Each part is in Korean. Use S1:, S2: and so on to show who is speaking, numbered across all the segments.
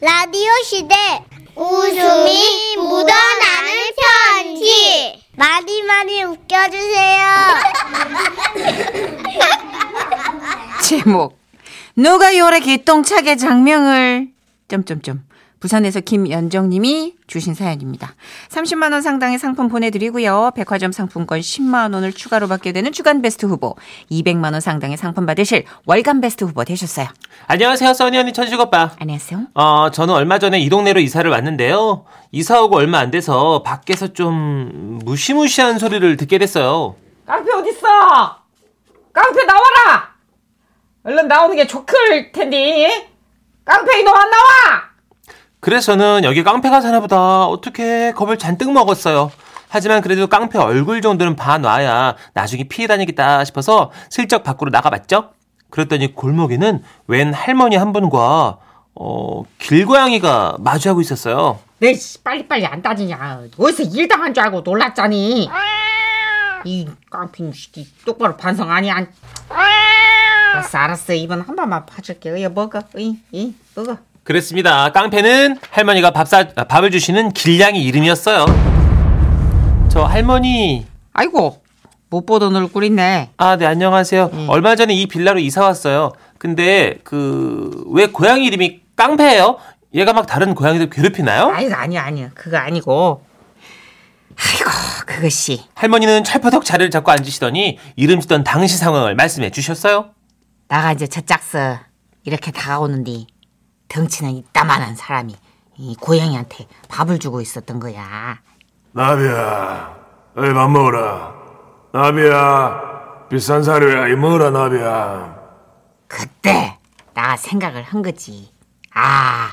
S1: 라디오 시대 웃음이 묻어나는 편지 많이 많이 웃겨주세요.
S2: 제목 누가 요래 기똥차게 장명을 점점점 부산에서 김연정님이 주신 사연입니다. 30만 원 상당의 상품 보내드리고요. 백화점 상품권 10만 원을 추가로 받게 되는 주간 베스트 후보, 200만 원 상당의 상품 받으실 월간 베스트 후보 되셨어요.
S3: 안녕하세요, 써니 언니 천식 오빠.
S2: 안녕하세요.
S3: 어, 저는 얼마 전에 이 동네로 이사를 왔는데요. 이사 오고 얼마 안 돼서 밖에서 좀 무시무시한 소리를 듣게 됐어요.
S4: 깡패 어딨어? 깡패 나와라! 얼른 나오는 게 좋을 텐데. 깡패 이놈 안 나와!
S3: 그래서 저는 여기 깡패가 사나 보다. 어떻게 겁을 잔뜩 먹었어요. 하지만 그래도 깡패 얼굴 정도는 봐놔야 나중에 피해 다니겠다 싶어서 슬쩍 밖으로 나가봤죠. 그랬더니 골목에는 웬 할머니 한 분과 어, 길고양이가 마주하고 있었어요.
S4: 내 씨, 빨리빨리 안 따지냐. 어디서 일 당한 줄 알고 놀랐잖니. 이 깡패 새끼 똑바로 반성 아니야. 알았어, 알았어. 이번 한 번만 봐줄게. 어이, 먹어. 어이, 이, 먹어.
S3: 그랬습니다. 깡패는 할머니가 밥 사, 아, 밥을 주시는 길냥이 이름이었어요. 저 할머니,
S4: 아이고, 못 보던 얼굴이네.
S3: 아, 네, 안녕하세요. 얼마 전에 이 빌라로 이사 왔어요. 근데, 그, 왜 고양이 이름이 깡패예요? 얘가 막 다른 고양이들 괴롭히나요?
S4: 아이, 아니야, 아니야. 그거 아니고. 아이고, 그것이.
S3: 할머니는 찰퍼덕 자리를 잡고 앉으시더니 이름 짓던 당시 상황을 말씀해 주셨어요.
S4: 나가 이제 젖짝서 이렇게 다가오는데 덩치는 이따만한 사람이 이 고양이한테 밥을 주고 있었던 거야.
S5: 나비야, 어이 밥 먹어라. 나비야, 비싼 사료야, 이 먹어라, 나비야.
S4: 그때 나 생각을 한 거지. 아,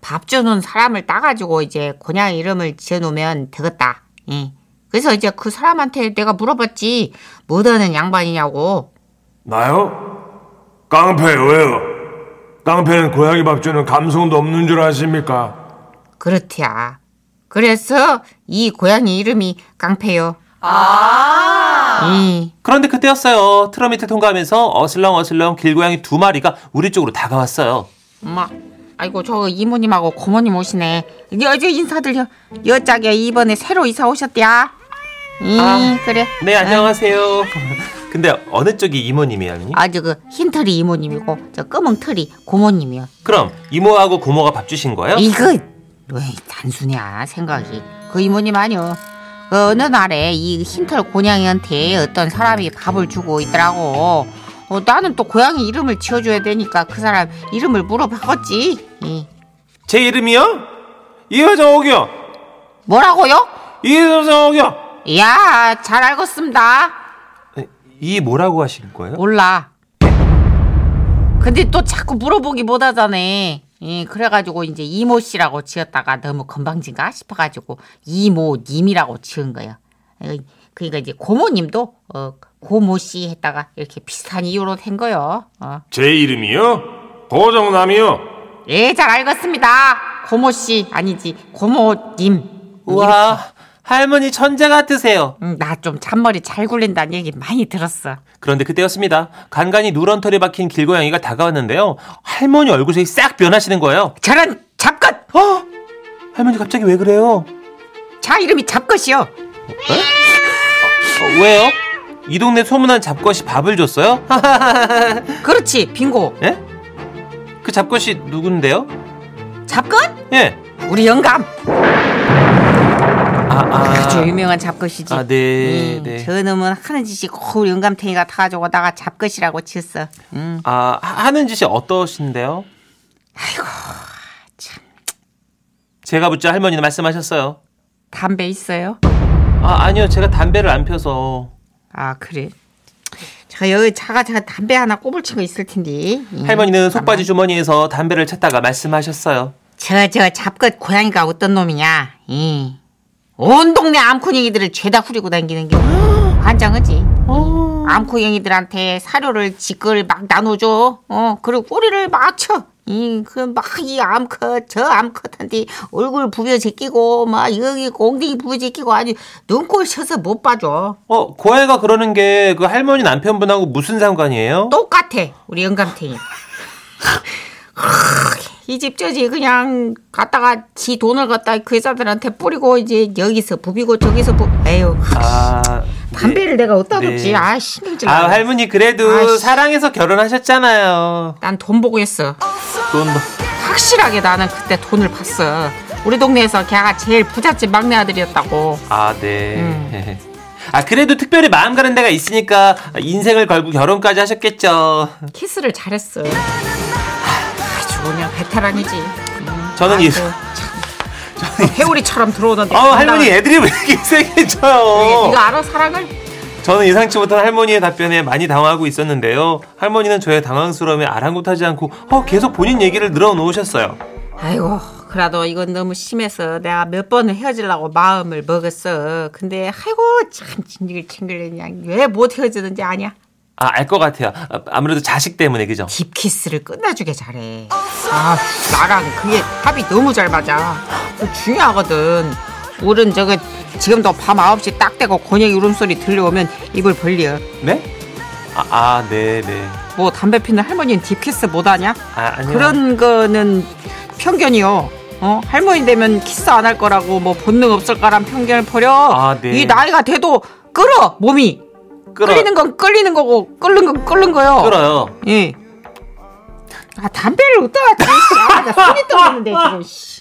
S4: 밥 주는 사람을 따가지고 이제 고양이 이름을 지어놓으면 되겠다. 예. 그래서 이제 그 사람한테 내가 물어봤지. 뭐하는 양반이냐고.
S5: 나요? 깡패, 왜요? 깡패는 고양이 밥 주는 감성도 없는 줄 아십니까?
S4: 그렇대야. 그래서 이 고양이 이름이 깡패요. 아. 예.
S3: 그런데 그때였어요. 트럼 밑을 통과하면서 어슬렁어슬렁 길고양이 두 마리가 우리 쪽으로 다가왔어요.
S4: 엄마. 아이고 저 이모님하고 고모님 오시네. 여저 인사들려. 여짝이야 이번에 새로 이사 오셨대야. 이 그래.
S3: 네, 안녕하세요. 근데 어느 쪽이 이모님이에요, 할머니?
S4: 아주 그 흰털이 이모님이고 저 검은털이 고모님이요.
S3: 그럼 이모하고 고모가 밥 주신 거예요?
S4: 이거 왜 단순이야 생각이. 그 이모님 아니요. 그 어느 날에 이 흰털 고양이한테 어떤 사람이 밥을 주고 있더라고. 어, 나는 또 고양이 이름을 지어줘야 되니까 그 사람 이름을 물어봤겠지. 이.
S3: 제 이름이요? 이효정옥이요.
S4: 뭐라고요?
S3: 이효정옥이요.
S4: 야, 잘 알겠습니다.
S3: 이 뭐라고 하시는 거예요?
S4: 몰라. 근데 또 자꾸 물어보기 못하잖아. 예, 그래가지고 이제 이모 씨라고 지었다가 너무 건방진가 싶어가지고 이모님이라고 지은 거예요. 예, 그러니까 이제 고모님도 어, 고모 씨 했다가 이렇게 비슷한 이유로 된 거요. 어.
S5: 제 이름이요? 고정남이요?
S4: 예, 잘 알겠습니다. 고모 씨 아니지 고모님.
S3: 우와, 할머니 천재 같으세요.
S4: 음, 나 좀 잔머리 잘 굴린다는 얘기 많이 들었어.
S3: 그런데 그때였습니다. 간간히 누런 털에 박힌 길고양이가 다가왔는데요. 할머니 얼굴색이 싹 변하시는 거예요.
S4: 저런 잡것!
S3: 어? 할머니 갑자기 왜 그래요?
S4: 자 이름이 잡것이요.
S3: 어, 왜요? 아. 이 동네 소문난 잡것이 밥을 줬어요? 하,
S4: 그렇지 빙고.
S3: 예? 그 잡것이 누군데요?
S4: 잡것?
S3: 예.
S4: 우리 영감
S3: 아,
S4: 아주
S3: 아.
S4: 유명한 잡것이지.
S3: 아, 네,
S4: 음,
S3: 네.
S4: 저 놈은 하는 짓이 거울 영감탱이가 다 가져오다가 잡것이라고 지었어. 음.
S3: 아, 하- 하는 짓이 어떠신데요?
S4: 아이고
S3: 제가 묻자 할머니는 말씀하셨어요.
S4: 담배 있어요?
S3: 아, 아니요. 제가 담배를 안 펴서.
S4: 아 그래. 자 여기 자가 자가 담배 하나 꼬불친 거 있을 텐데. 음.
S3: 할머니는 속바지 주머니에서 담배를 찾다가 말씀하셨어요.
S4: 저저 잡것 고양이가 어떤 놈이냐? 이. 온 동네 암코냥이들을 죄다 후리고 다니는 게 환장하지. 암코냥이들한테 사료를 지끌 막 나눠줘. 어 그리고 꼬리를 맞춰. 이그막이 암컷 저 암컷한테 얼굴 부벼 제끼고 막 여기 엉덩이 부벼 제끼고 아주 눈꼴 쳐서 못 봐줘.
S3: 어, 고아이가 그러는 게 그 할머니 남편분하고 무슨 상관이에요?
S4: 똑같아 우리 영감탱이. 이 집 저지 그냥 갔다가 지 돈을 갖다 그 회사들한테 뿌리고 이제 여기서 부비고 저기서 부 에휴
S3: 아,
S4: 담배를 내가 어디다
S3: 네.
S4: 뒀지 아 신경질
S3: 아, 할머니 그래도
S4: 아이씨.
S3: 사랑해서 결혼하셨잖아요.
S4: 난돈 보고 했어
S3: 돈 뭐.
S4: 확실하게 나는 그때 돈을 봤어 우리 동네에서 걔가 제일 부잣집 막내 아들이었다고
S3: 아, 네.
S4: 음.
S3: 아, 그래도 특별히 마음 가는 데가 있으니까 인생을 걸고 결혼까지 하셨겠죠.
S4: 키스를 잘했어 아, 아주 그냥 베테랑이지
S3: 저는 이,
S4: 아이고, 참. 회오리처럼 들어오던데
S3: 어, 할머니
S4: 네
S3: 애들이 왜 이렇게 세게 쳐요?
S4: 가 알아 사랑을
S3: 저는 예상치 못한 할머니의 답변에 많이 당황하고 있었는데요. 할머니는 저의 당황스러움에 아랑곳하지 않고 어, 계속 본인 얘기를 늘어놓으셨어요.
S4: 아이고 그래도 이건 너무 심해서 내가 몇 번을 헤어지려고 마음을 먹었어 근데 아이고 참 진지를 챙길래냐 왜 못 헤어지는지 아냐
S3: 아, 알 것 같아요. 아, 아무래도 자식 때문에 그죠?
S4: 딥키스를 끝내주게 잘해 아 나랑 그게 합이 너무 잘 맞아 그거 중요하거든 우린 저거 지금도 밤 9시 딱 되고 곤약이 울음소리 들려오면 입을 벌려
S3: 네? 아, 아, 네, 네.
S4: 뭐 담배 피는 할머니는 딥키스 못하냐
S3: 아, 아니요.
S4: 네. 그런 거는 편견이요. 어? 할머니 되면 키스 안 할 거라고 뭐 본능 없을 거란 편견을 버려.
S3: 아, 네.
S4: 이 나이가 돼도 끌어 몸이.
S3: 끌어.
S4: 끌리는 건 끌리는 거고 끓는 건 끓는 거요.
S3: 끌어요.
S4: 예. 아 담배를 어디다가 대? 아, 나 손이 떨리는데 지금. 씨.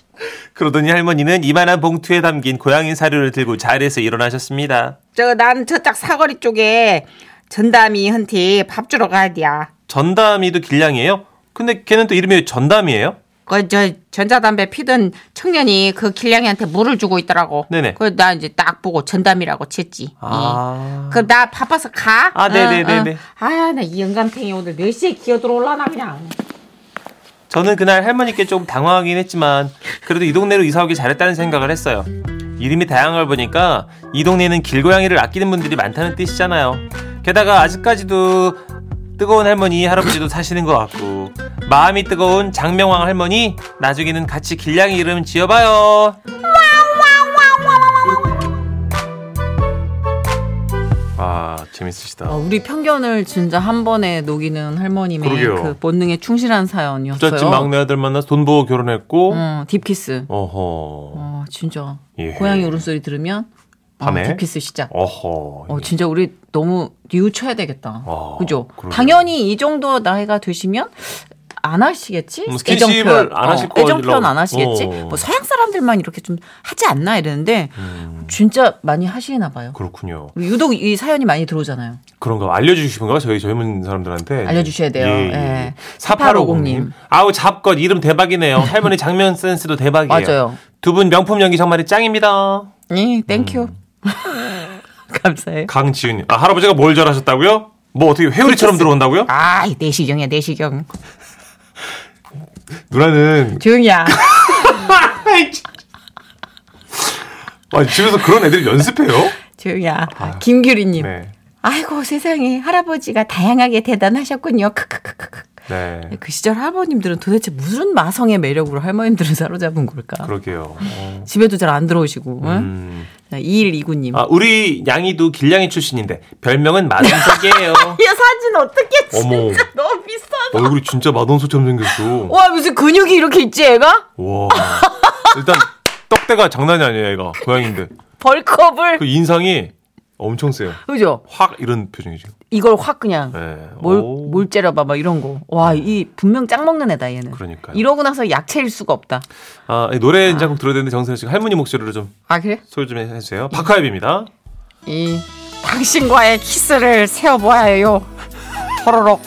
S3: 그러더니 할머니는 이만한 봉투에 담긴 고양이 사료를 들고 자리에서 일어나셨습니다.
S4: 저난 저쪽 사거리 쪽에 전담이 한테 밥 주러 가야 돼야.
S3: 전담이도 길냥이에요? 근데 걔는 또 이름이 전담이에요?
S4: 그 저 전자담배 피던 청년이 그 길냥이한테 물을 주고 있더라고.
S3: 네네.
S4: 그나 이제 딱 보고 전담이라고 쳤지.
S3: 아.
S4: 예. 그럼 나 바빠서 가.
S3: 아, 네네네네.
S4: 아, 나 이 영감탱이 오늘 몇 시에 기어 들어올라나 그냥.
S3: 저는 그날 할머니께 좀 당황하긴 했지만 그래도 이 동네로 이사 오길 잘했다는 생각을 했어요. 이름이 다양한 걸 보니까 이 동네는 길고양이를 아끼는 분들이 많다는 뜻이잖아요. 게다가 아직까지도 뜨거운 할머니, 할아버지도 사시는 것 같고 마음이 뜨거운 장명왕 할머니 나중에는 같이 길냥이 이름 지어봐요. 아 재밌으시다.
S2: 어, 우리 편견을 진짜 한 번에 녹이는 할머님의
S5: 그러게요.
S2: 그 본능에 충실한 사연이었어요.
S3: 부잣집 막내 아들 만나서 돈 보고 결혼했고
S2: 어, 딥키스.
S3: 어허
S2: 어, 진짜
S5: 예.
S2: 고양이 울음소리 들으면 아,
S3: 밤에?
S2: 딥키스 시작.
S5: 어허.
S2: 어, 진짜 우리 너무 뉘우쳐야 되겠다.
S5: 어,
S2: 그죠?
S5: 그러게요.
S2: 당연히 이 정도 나이가 되시면 안 하시겠지?
S3: 음, 스킨십을
S2: 애정표현.
S3: 안 하실
S2: 어, 애정표현
S3: 거라고.
S2: 안 하시겠지?
S5: 어.
S2: 뭐 서양 사람들만 이렇게 좀 하지 않나 이랬는데 진짜 많이 하시나 봐요.
S5: 그렇군요.
S2: 우리 유독 이 사연이 많이 들어오잖아요.
S5: 그런가 알려주시는 건가 저희 젊은 사람들한테
S2: 알려주셔야 돼요.
S5: 예, 예.
S2: 예.
S3: 4850님. 아우, 잡것 이름 대박이네요. 할머니 장면 센스도 대박이에요.
S2: 맞아요.
S3: 두 분 명품 연기 정말 짱입니다.
S2: 네, 땡큐. 감사해요.
S5: 강지윤님 아 할아버지가 뭘 잘하셨다고요? 뭐 어떻게 회오리처럼 들어온다고요?
S4: 아, 이 내시경이야, 내시경.
S5: 누나는
S4: 조용히야.
S5: 아, 집에서 그런 애들 연습해요?
S4: 조용히야. 김규리님.
S5: 네,
S4: 아이고, 세상에. 할아버지가 다양하게 대단하셨군요. 크크크크크.
S5: 네
S2: 그 시절 할머님들은 도대체 무슨 마성의 매력으로 할머님들을 사로잡은 걸까?
S5: 그러게요. 어,
S2: 집에도 잘 안 들어오시고.
S5: 음.
S2: 2129님.
S3: 아, 우리 양이도 길냥이 출신인데 별명은 마동석이에요.
S2: 야, 사진 어떻게
S5: 어머.
S2: 진짜 너무 비싸다.
S5: 얼굴이 진짜 마돈소처럼 생겼어.
S2: 와, 무슨 근육이 이렇게 있지, 애가?
S5: 와 일단 떡대가 장난이 아니에요 얘가 고양인데
S2: 벌컵을.
S5: 그 인상이 엄청 세요.
S2: 그죠?
S5: 확 이런 표정이죠.
S2: 이걸 확 그냥
S5: 네.
S2: 몰,
S5: 오. 음.
S2: 몰 째려봐, 막 이런 거. 와, 이 분명 짝 먹는 애다, 얘는.
S5: 그러니까요.
S2: 이러고 나서 약체일 수가 없다.
S5: 아, 이 노래 이제 한곡 들어야 되는데 정선혜 씨가 할머니 목소리로 좀
S4: 아, 그래?
S5: 소리 좀 해주세요. 박하엽입니다.
S4: 이 당신과의 키스를 세어보아요. 호로록.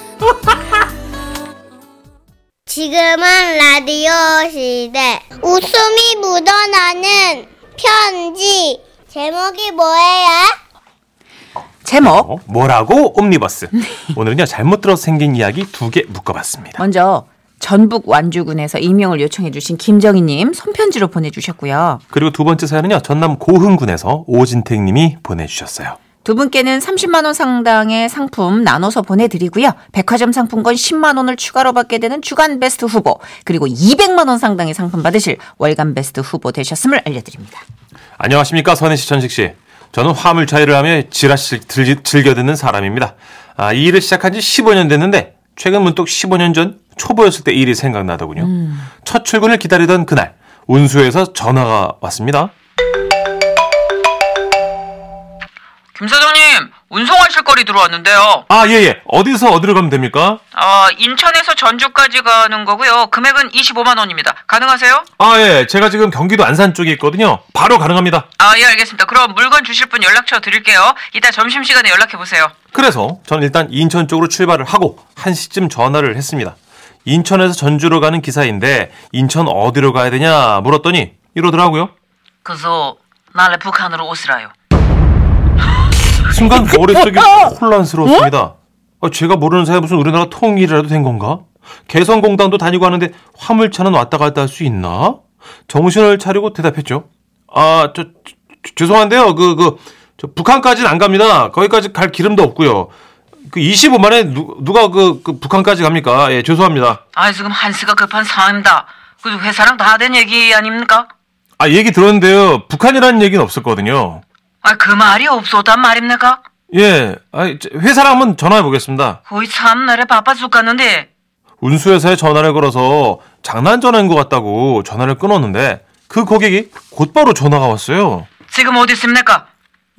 S1: 지금은 라디오 시대. 웃음이 묻어나는 편지. 제목이 뭐예요?
S2: 제목.
S5: 어? 뭐라고? 옴니버스. 오늘은요 잘못 들어서 생긴 이야기 두 개 묶어봤습니다.
S2: 먼저, 전북 완주군에서 임명을 요청해주신 김정희님 손편지로 보내주셨고요.
S5: 그리고 두 번째 사연은요 전남 고흥군에서 오진택님이 보내주셨어요.
S2: 두 분께는 30만 원 상당의 상품 나눠서 보내드리고요. 백화점 상품권 10만 원을 추가로 받게 되는 주간 베스트 후보 그리고 200만 원 상당의 상품 받으실 월간 베스트 후보 되셨음을 알려드립니다.
S5: 안녕하십니까 선혜 씨, 전식 씨. 저는 화물 처리를 하며 지라시 즐겨 듣는 사람입니다. 아, 이 일을 시작한 지 15년 됐는데 최근 문득 15년 전
S3: 초보였을 때 일이 생각나더군요. 첫 출근을 기다리던 그날 운수에서 전화가 왔습니다.
S6: 김 사장님, 운송하실 거리 들어왔는데요.
S3: 아 예예 어디서 어디로 가면 됩니까?
S6: 아, 인천에서 전주까지 가는 거고요. 금액은 25만 원입니다. 가능하세요?
S3: 아 예 제가 지금 경기도 안산 쪽에 있거든요. 바로 가능합니다.
S6: 아, 예, 알겠습니다. 그럼 물건 주실 분 연락처 드릴게요. 이따 점심 시간에 연락해 보세요.
S3: 그래서 저는 일단 인천 쪽으로 출발을 하고 1시쯤 전화를 했습니다. 인천에서 전주로 가는 기사인데 인천 어디로 가야 되냐 물었더니 이러더라고요.
S6: 그래서 나래 북한으로 오시라요.
S3: 순간 머릿속이 혼란스러웠습니다. 아, 제가 모르는 사이에 무슨 우리나라 통일이라도 된 건가? 개성공단도 다니고 하는데 화물차는 왔다 갔다 할 수 있나? 정신을 차리고 대답했죠. 아, 저, 저- 죄송한데요. 그, 그, 저 북한까지는 안 갑니다. 거기까지 갈 기름도 없고요. 그 25만에 누, 누가 그, 그 북한까지 갑니까? 예, 죄송합니다.
S6: 아, 지금 한시가 급한 상황입니다. 그래도 회사랑 다 된 얘기 아닙니까?
S3: 아, 얘기 들었는데요. 북한이라는 얘기는 없었거든요.
S6: 아, 그 말이 없었단 말입니까?
S3: 예, 아, 회사랑 한번 전화해 보겠습니다.
S6: 거의 참 나래 바빠 죽겠는데.
S3: 운수회사에 전화를 걸어서 장난 전화인 것 같다고 전화를 끊었는데 그 고객이 곧바로 전화가 왔어요.
S6: 지금 어디 있습니까?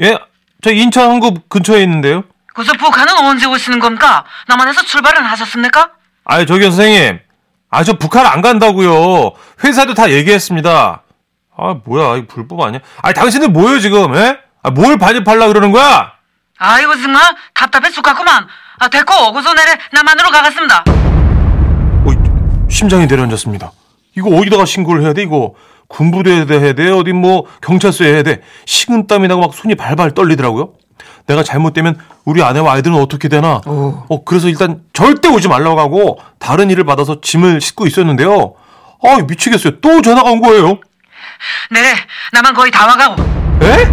S3: 예, 저 인천 한국 근처에 있는데요.
S6: 그래서 북한은 언제 오시는 겁니까? 남한에서 출발은 하셨습니까?
S3: 아, 저기요 선생님. 아, 저 북한 안 간다고요. 회사도 다 얘기했습니다. 아, 뭐야, 이 불법 아니야? 아, 당신들 뭐예요 지금? 예? 아, 뭘 반입하려 그러는 거야?
S6: 아이고 정말 답답해 죽겠구만 아 됐고 고소 내래 남한으로 가겠습니다
S3: 어, 심장이 내려앉았습니다. 이거 어디다가 신고를 해야 돼? 이거 군부대에 해야 돼? 어디 뭐 경찰서에 해야 돼? 식은땀이 나고 막 손이 발발 떨리더라고요. 내가 잘못되면 우리 아내와 아이들은 어떻게 되나? 어 그래서 일단 절대 오지 말라고 하고 다른 일을 받아서 짐을 싣고 있었는데요. 아 미치겠어요. 또 전화가 온 거예요.
S6: 내래 남한 거의 다 와가고
S3: 에?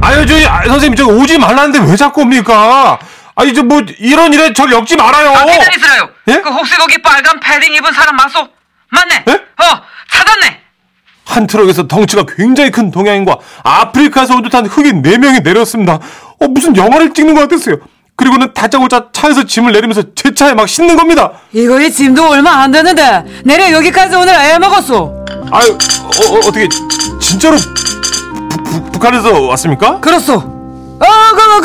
S3: 아유 저 아, 선생님 저 오지 말라는데 왜 자꾸 옵니까? 아니 저 뭐 이런 일에 절 엮지 말아요.
S6: 아 기다리 있으라요
S3: 예?
S6: 그 혹시 거기 빨간 패딩 입은 사람 맞소? 맞네
S3: 예?
S6: 어 찾았네
S3: 한 트럭에서 덩치가 굉장히 큰 동양인과 아프리카에서 온 듯한 흑인 4명이 내렸습니다. 어, 무슨 영화를 찍는 것 같았어요. 그리고는 다짜고짜 차에서 짐을 내리면서 제 차에 막 싣는 겁니다.
S2: 이거 이 짐도 얼마 안 되는데 내려 여기까지 오늘 애 먹었어.
S3: 아유, 어, 떻게 진짜로 북- 북- 북한에서 왔습니까?
S2: 그렇소. 어, 어그그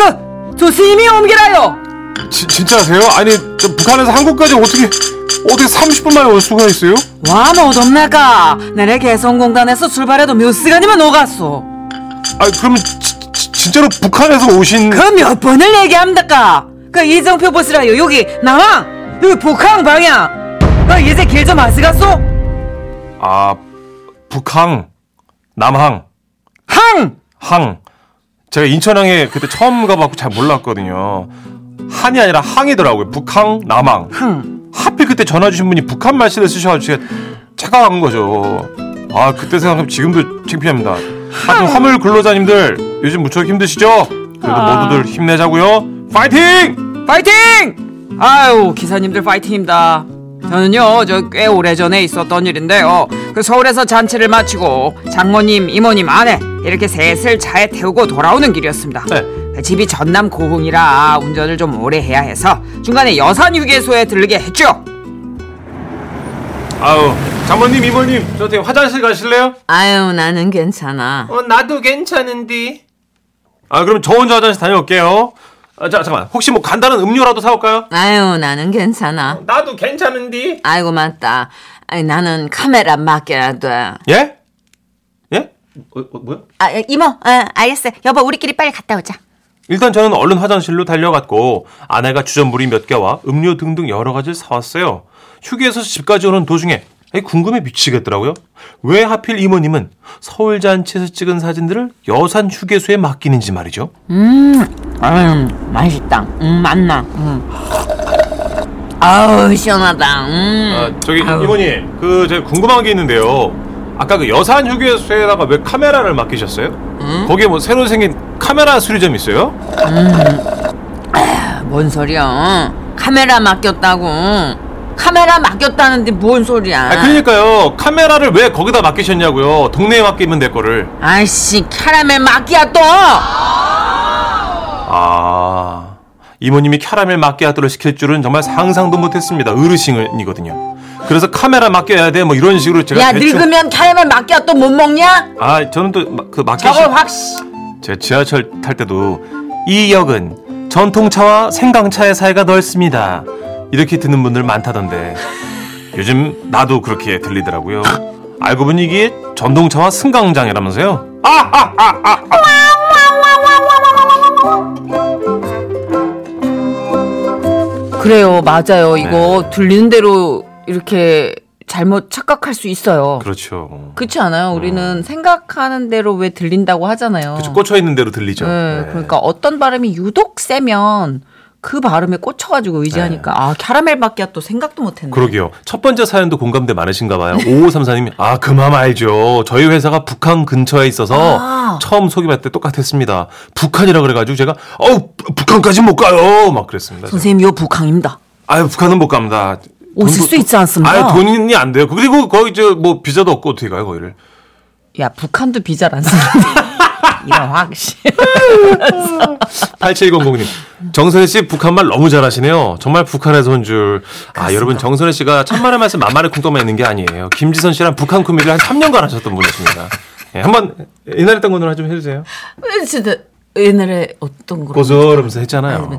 S2: 그. 조심히 옮기라요.
S3: 지- 진짜세요? 아니, 저 북한에서 한국까지 어떻게 어떻게 30분 만에 올 수가 있어요?
S2: 와, 뭐 어둡니까? 내내 개성공단에서 출발해도 몇 시간이면 오갔소.
S3: 아, 그러면 지- 지- 진짜로 북한에서 오신
S2: 그 몇 번을 얘기합니까? 그 이정표 보시라요. 여기 남항, 여기 북항 방향. 그 이제 길 좀 아시겠소?
S3: 아, 북항, 남항,
S2: 항.
S3: 항. 제가 인천항에 그때 처음 가봤고 잘 몰랐거든요. 한이 아니라 항이더라고요. 북항, 남항. 하필 그때 전화 주신 분이 북한 말씨를 쓰셔가지고 제가 착각한 거죠. 아 그때 생각하면 지금도 창피합니다. 하여튼 화물 근로자님들 요즘 무척 힘드시죠? 그래도 모두들 힘내자고요. 파이팅!
S2: 파이팅! 아유 기사님들 파이팅입니다. 저는요 저 꽤 오래 전에 있었던 일인데요. 그 서울에서 잔치를 마치고 장모님, 이모님, 아내 이렇게 셋을 차에 태우고 돌아오는 길이었습니다.
S3: 네.
S2: 그 집이 전남 고흥이라 운전을 좀 오래 해야 해서 중간에 여산 휴게소에 들르게 했죠.
S3: 아우 장모님 이모님 저한테 화장실 가실래요?
S4: 아유 나는 괜찮아.
S3: 어 나도 괜찮은디. 아 그럼 저 혼자 화장실 다녀올게요. 아, 자 잠깐만 혹시 뭐 간단한 음료라도 사올까요?
S4: 아유 나는 괜찮아.
S3: 나도 괜찮은디.
S4: 아이고 맞다. 아니 나는 카메라 맡겨라도.
S3: 예? 예? 어, 어, 뭐야?
S4: 아 이모, 아, 알겠어. 여보 우리끼리 빨리 갔다 오자.
S3: 일단 저는 얼른 화장실로 달려갔고 아내가 주전부리 몇 개와 음료 등등 여러 가지를 사왔어요. 휴게소 집까지 오는 도중에 아니, 궁금해 미치겠더라고요. 왜 하필 이모님은 서울 잔치에서 찍은 사진들을 여산 휴게소에 맡기는지 말이죠.
S4: 음 맛있다. 음 맛나. 음. 아우 시원하다. 음.
S3: 아, 저기 이모님, 그 제가 궁금한 게 있는데요. 아까 그 여산 휴게소에다가 왜 카메라를 맡기셨어요?
S4: 음?
S3: 거기에 뭐 새로 생긴 카메라 수리점 있어요?
S4: 뭔 소리야? 카메라 맡겼다고. 카메라 맡겼다는데 뭔 소리야?
S3: 아, 그러니까요. 카메라를 왜 거기다 맡기셨냐고요. 동네에 맡기면 될 거를.
S4: 아이씨, 카라멜 마키아또!
S3: 아 이모님이 캐러멜 마끼아또를 시킬 줄은 정말 상상도 못했습니다. 어르신이거든요. 그래서 카메라 맡겨야 돼 뭐 이런 식으로 제가
S2: 야
S3: 대충-
S2: 늙으면 캐러멜 맡겨 또못 먹냐?
S3: 아 저는 또 그 맡기
S2: 저걸 확 씨.
S3: 제 지하철 탈 때도 이 역은 전통차와 생강차의 사이가 넓습니다. 이렇게 듣는 분들 많다던데 요즘 나도 그렇게 들리더라고요. 알고 보니 이게 전동차와 승강장이라면서요?
S2: 그래요
S3: 네.
S2: 맞아요 이거 들리는 대로 이렇게 잘못 착각할 수 있어요.
S3: 그렇죠.
S2: 그렇지 않아요? 우리는 생각하는 대로 왜 들린다고 하잖아요.
S3: 어. 그렇죠. 꽂혀 있는 대로 들리죠.
S2: 네,
S3: 네.
S2: 그러니까 어떤 발음이 유독 세면 그 발음에 꽂혀가지고 의지하니까 아 캐러멜 밖에 또 생각도 못했네.
S3: 네. 그러게요. 첫 번째 사연도 공감대 많으신가 봐요. 5534님이 아 그만 알죠. 저희 회사가 북한 근처에 있어서
S2: 아.
S3: 처음 소개받을 때 똑같았습니다. 북한이라 그래가지고 제가 어우 북한까지 못 가요. 막 그랬습니다.
S2: 선생님 요 북항입니다.
S3: 아유 북한은 못 갑니다.
S2: 오실
S3: 돈도-
S2: 수 있지 않습니까?
S3: 아유 돈이 안 돼요. 그리고 거기 저 뭐 비자도 없고 어떻게 가요 거기를?
S2: 야 북한도 비자를 안 쓰는데 이런 확실.
S3: 8700님 정선혜 씨 북한말 너무 잘하시네요. 정말 북한에서 온 줄 아 여러분 정선혜 씨가 천만의 말씀 만만의 쿵떡만 있는 게 아니에요. 김지선 씨랑 북한 코미디를 한 3년간 하셨던 분이십니다. 예, 한번 옛날에 했던 거는 좀 해주세요.
S2: 진짜 옛날에 어떤 거?
S3: 고소하면서 했잖아요.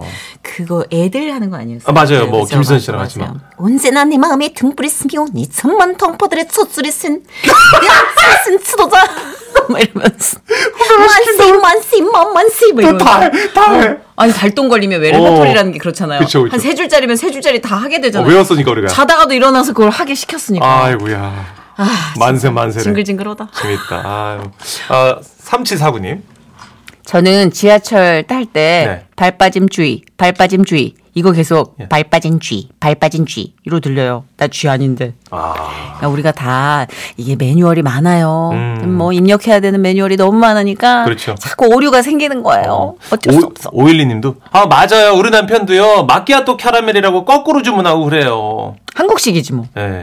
S2: 그거 애들 하는 거 아니었어요?
S3: 아, 맞아요. 뭐 김지선 씨랑 하지만
S4: 언제나 내 마음에 등불이 스며 네 천만 통포들의 촛줄이 쓴, 내 쓴 지도자.
S2: 막 이러면서
S4: 만세, 만세, 만만세. 뭐 이러면서.
S3: 다해.
S2: 아니 달동 걸리면 왜
S3: 어.
S2: 레버토리라는 게 그렇잖아요.
S3: 그쵸, 그쵸.
S2: 한 세 줄짜리면 세 줄짜리 다 하게
S3: 어,
S2: 되잖아요.
S3: 외웠으니까 우리가.
S2: 자다가도 일어나서 그걸 하게 시켰으니까.
S3: 아이고야. 만세 만세를.
S2: 징글징글하다.
S3: 재밌다. 아유. 아, 3749님.
S2: 저는 지하철 탈 때
S3: 네.
S2: 발빠짐 주의, 발빠짐 주의. 이거 계속
S3: 예.
S2: 발빠진 쥐, 발빠진 쥐로 들려요. 나 쥐 아닌데.
S3: 아.
S2: 그러니까 우리가 다 이게 매뉴얼이 많아요.
S3: 음.
S2: 뭐 입력해야 되는 매뉴얼이 너무 많으니까
S3: 그렇죠.
S2: 자꾸 오류가 생기는 거예요. 어쩔 수 없어.
S3: 음. 오일리님도 아 맞아요 우리 남편도요 마키아토 캐러멜이라고 거꾸로 주문하고 그래요.
S2: 한국식이지 뭐.
S3: 예.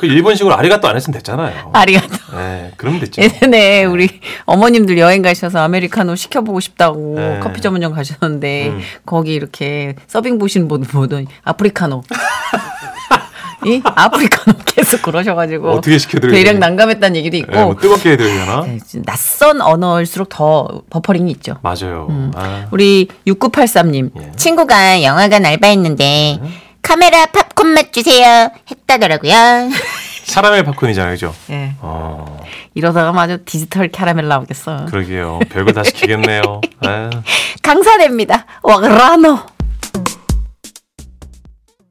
S3: 그 일본식으로 아리가또 안 했으면 됐잖아요.
S2: 아리가또.
S3: 예. 그러면 됐죠. 네.
S2: 예전에 네, 우리 어머님들 여행 가셔서 아메리카노 시켜보고 싶다고
S3: 네. 음.
S2: 커피 전문점 가셨는데 거기 이렇게 서빙 보시는 분 보더니 아프리카노. 이 아프리카노 계속 그러셔가지고
S3: 어떻게 시켜드려요?
S2: 대량 난감했다는 얘기도 있고
S3: 예, 뭐 뜨겁게 해야 되려나?
S2: 네, 좀 낯선 언어일수록 더 버퍼링이 있죠.
S3: 맞아요.
S2: 음.
S3: 아.
S2: 우리 6983님
S3: 예.
S2: 친구가 영화관 알바했는데
S3: 음.
S4: 카메라 팝콘 맛 주세요. 했다더라고요.
S3: 사람의 팝콘이잖아요, 그죠?
S2: 예,
S3: 어,
S2: 이러다가 마저 디지털 캐러멜
S3: 그
S2: 나오겠어.
S3: 그러게요. 별거 다 시키겠네요. 아.
S2: 강사됩니다. 와그라노.